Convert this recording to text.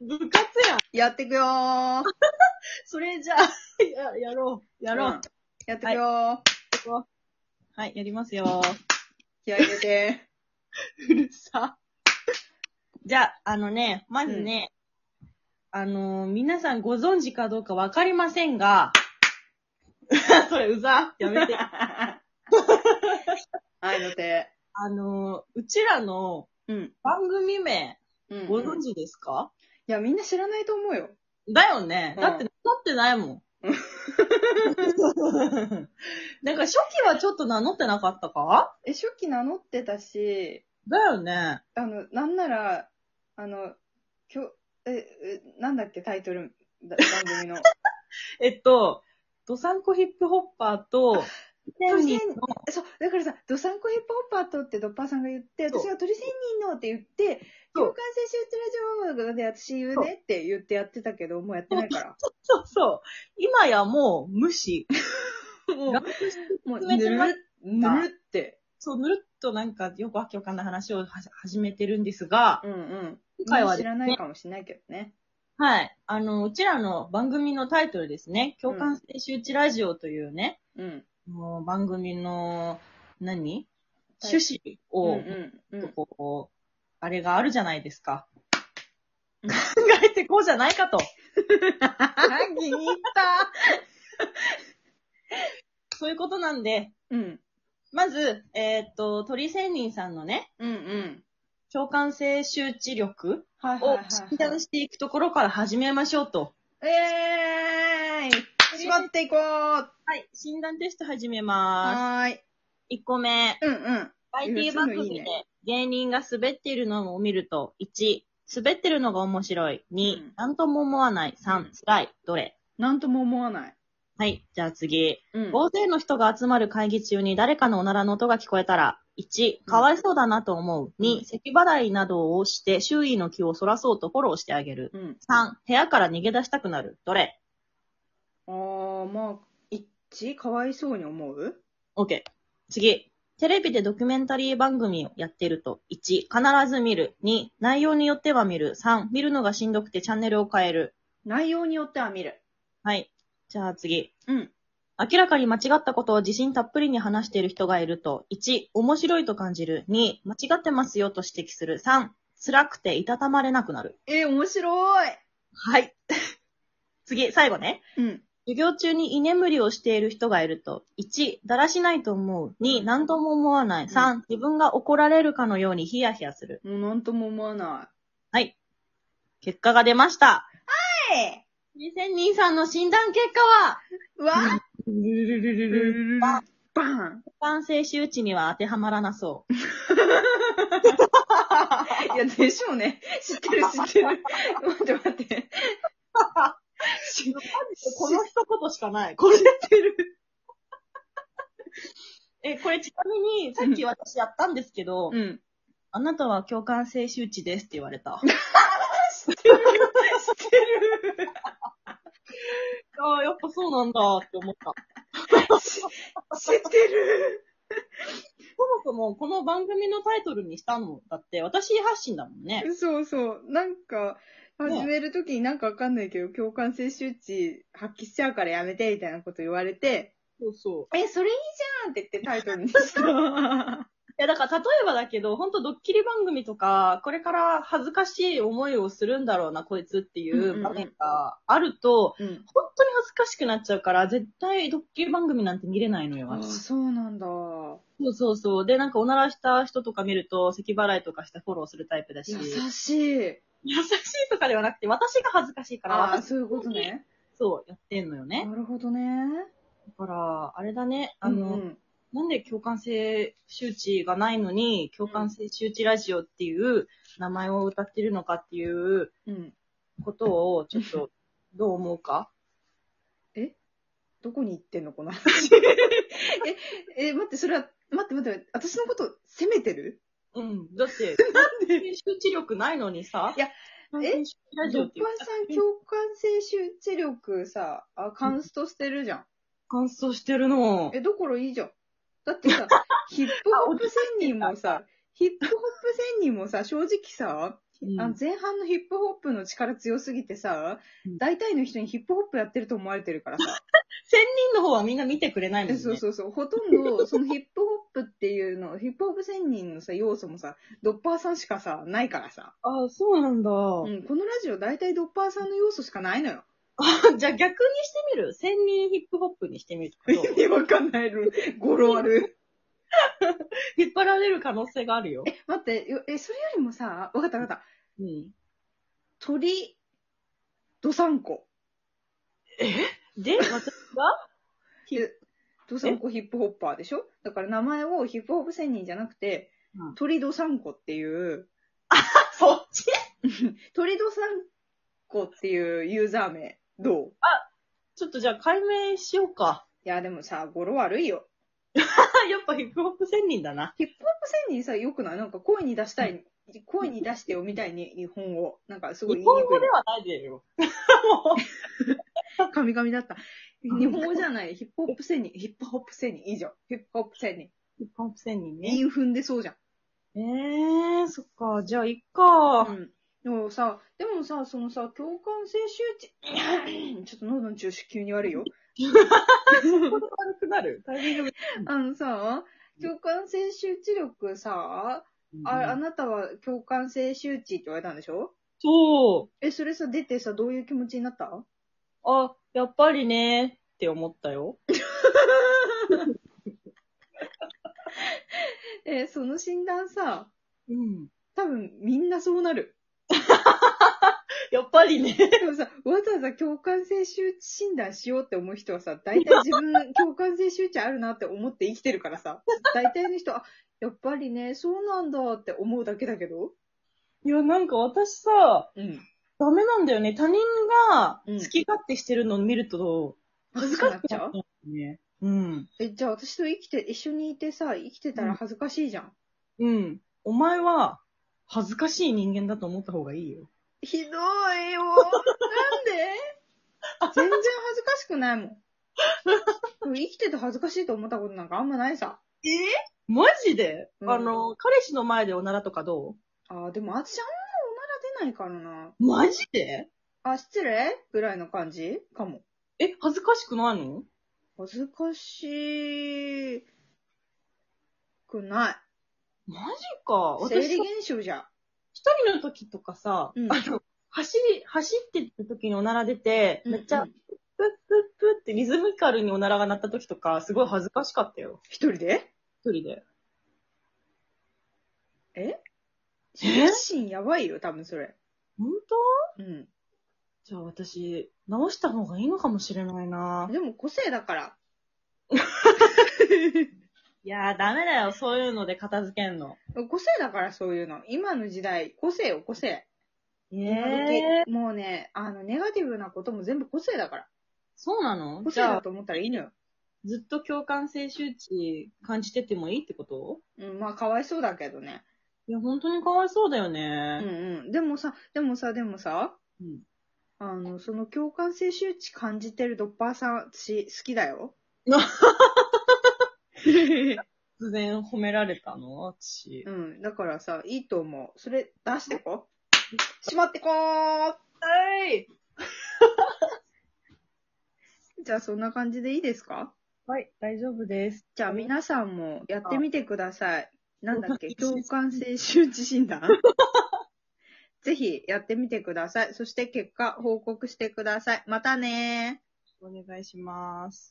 部活やん。やってくよー。それじゃあ、 や、やろう。やろう。うんやってくよー。はい、やりますよ。気合い入 れて。うるさ。じゃあ、あのね、まずね、あのー皆さんご存知かどうかわかりませんが、 それうざ。やめて。愛の手。 あのーうちらのうん。番組名、うんご存知ですか、いや、みんな知らないと思うよ。だよね。うんだって、なってない もん。なんか初期はちょっと名乗ってなかったかえ、初期名乗ってたし、だよね。あの、なんなら、あの、きょ、え、えなんだっけ、タイトル、だ番 組の。えっと、ドサンコヒップホッパーと、ド千仙人人そう、だからさ、ドサンコヒップホッパーとってドッパーさんが言って、そう私が鳥仙人のって言って、そう共感性シュートラジオで私言うねって言ってやってたけど、もうやってないから。そうそう。今やもう無視。 もう、もう、冷ぬてるまっ、ぬるって。そう、ぬるっとなんかよくわけわかんない話をは始めてるんですが、うんうん。今回は知ですらないね、かもしれないけどね。はい。あの、うちらの番組のタイトルですね、共感性周知ラジオというね、うん。もう番組の、何タイ趣旨を、うんうんうん。こう、あれがあるじゃないですか。考えてこうじゃないかと。気に入った。そういうことなんで、うん。まず、えーっと、鳥仙人さんのね、うんうん。共感性周知力はいはいをはい診断していくところから始めましょうと。はい。えーい縛っていこうはい。診断テスト始めまはーい。す。1個目。うんうん。 IT 番そういうのいい組でね芸人が滑っているのを見ると、1、滑ってるのが面白い。2、うんなんとも思わない。う3ん、辛い。どれなんとも思わない。はい。じゃあ次。うん大勢の人が集まる会議中に誰かのおならの音が聞こえたら、1、かわいそうだなと思う。うん2、咳払いなどをして周囲の気をそらそうとフォローしてあげる。うん。 3、部屋から逃げ出したくなる。どれあー、まあ、一かわいそうに思う OK。次。テレビでドキュメンタリー番組をやってると、1、必ず見る。2、内容によっては見る。3、見るのがしんどくてチャンネルを変える。内容によっては見る。はい。じゃあ次。うん。明らかに間違ったことを自信たっぷりに話している人がいると、1、面白いと感じる。2、間違ってますよと指摘する。3、辛くていたたまれなくなる。えー、面白い。はい。 次、最後ね。うん。授業中に居眠りをしている人がいると、1、だらしないと思う。2、何とも思わない。う3、自分が怒られるかのようにヒヤヒヤする。もうなんとも思わなはい。結果が出ました。い。え2002さんの診断結果は、ー、わーバンバン一般性周知には当てはまらなそう。いや、でしょうね。知ってる、知ってる。待って待 って。この一言しかない。これ知って る。え、これちなみに、さっき私やったんですけど、うん。あなたは共感性周知ですって言われ た。知ってる。ああ、やっぱそうなんだって思った。知ってる。そもそもこの番組のタイトルにしたのだって私発信だもんね。そうそう。なんか、ね始めるときになんかわかんないけど、共感性周知発揮しちゃうからやめて、みたいなこと言われて、そうそう。え、それいいじゃんって言ってタイトルにした。いやだから例えばだけど、本当ドッキリ番組とか、これから恥ずかしい思いをするんだろうな、こいつっていんうんううん場面があると、うん。本当に恥ずかしくなっちゃうから、絶対ドッキリ番組なんて見れないのよ、あ、私。そうなんだ。そうそうそう。で、なんかおならした人とか見ると、咳払いとかしてフォローするタイプだし、優しい。優しいとかではなくて、私が恥ずかしいから、ああ、私、そういうことね。そう、やってんのよね。なるほどね。だから、あれだね、あの、うんなんで共感性周知がないのに、共感性周知ラジオっていう名前を歌ってるのかっていううん、うん。ことを、ちょっ と、どう思うかどこに行ってんのこの話。 え、え、待って、それは、待って待って、私のこと責めてるうん。だ って、なんで周知力ないのにさ、いや、ええラジオドッってパいうーさん共感性周知力さ、あ、カンストしてるじゃん。乾燥してるの。え、だからいいじゃん。だっ てさ、ヒップホップ仙人もさ、ヒップホップ仙人もさ、正直さ、うんあの前半のヒップホップの力強すぎてさうん、大体の人にヒップホップやってると思われてるからさ。人の方はみんな見てくれないもんね。そうそうそう。ほとんど、そのヒップホップっていうの、 ヒップホップ仙人のさ、要素もさ、ドッパーさんしかさ、ないからさ。あ、そうなんだ。うん、このラジオ大体ドッパーさんの要素しかないのよ。じゃあ逆にしてみる千人ヒップホップにしてみると意味わかんないの。語呂悪 引っ張られる可能性があるよい。。え、待って、よえ、それよりもさ、わかったわかった。うん。鳥、ドサンコ。で、私はひでドサンコヒップホッパーでしょだから名前をヒップホップ仙人じゃなくて、うん鳥ドサンコっていう、 そっち鳥ドサンコっていうユーザー名、どうちょっとじゃあ解明しようか。いや、でもさ、語呂悪いよ。あ やっぱヒップホップ千人だな。ヒップホップ仙人さ、よくないなんか声に出したい、声に出してよみたいに日本語。なんかすごい日言本いにく語いで。はないでよ。もうカミカミだった。うん日本語じゃない。ヒップホップ仙人。ヒップホップ仙人。以上。ヒップホップ仙人。ヒップホップ千人ね。韻踏んでそうじゃん。えー、そっか。じゃあいっか。うん。でもさ、でもさ、そのさ、共感性周知、ちょっ と喉の調子急に悪いよ。これ軽くなるタイミングあのさ、共感性周知力さ、ああなたは共感性周知って言われたんでしょそう。え、それさ、出てさ、どういう気持ちになったあ、やっぱりね、って思ったよ。え、その診断さ、うん。多分みんなそうなる。 やっぱりね。でもさ、わざわざ共感性周知診断しようって思う人はさ、大体自分共感性周知あるなって思って生きてるからさ、大体の人、あ、やっぱりね、そうなんだって思うだけだけど。いや、なんか私さ、うん。ダメなんだよね。他人がうん好き勝手してるのを見ると、恥ずかしくなっちゃうね。うん。え、じゃあ私と生きて、一緒にいてさ、生きてたら恥ずかしいじゃん。うん。お前は、恥ずかしい人間だと思った方がいいよ。ひどいよなんで全然恥ずかしくないもん。でも生きてて恥ずかしいと思ったことなんかあんまないさ。マジで、うんあの、彼氏の前でおならとかどあーでも私あんまおなら出ないからな。うマジであ、失礼ぐらいの感じかも。え、恥ずかしくないの恥ずかしくない。マジか。生私理さ、現象じゃ。一人の時とかさ、うんあの、走り、走ってた時におなら出て、めっちゃ、うプんップップってリズミカルにおならが鳴った時とか、すごい恥ずかしかったよ。一人で一人で。えシーンやばいよ、多分それ。本うん。当じゃあ私、直した方がいいのかもしれないなでも個性だから。いやー、ダメだよ。そういうので片付けんの。個性だからそういうの。今の時代、個性を個性。え今時もうね、あの、ネガティブなことも全部個性だから。そうなの個じ性ゃだあ、と思ったらいいのよ。ずっと共感性周知感じててもいいってことうん、まあ、かわいそうだけどね。いや、本当にかわいそうだようんね。うん。でもさ、でもさ、でもさ、うん。あの、その共感性周知感じてるドッパーさん、私、好き だよ。突然褒められたの私。うん。だからさ、いいと思う。それ、出してこ。しまってこーはい。じゃあ、そんな感じでいいですかはい、大丈夫です。じゃあ、皆さんもやってみてください。なんだ っけ共共感性周知診 断ぜひやってみてください。そして結果報告してください。またねー。お願いします。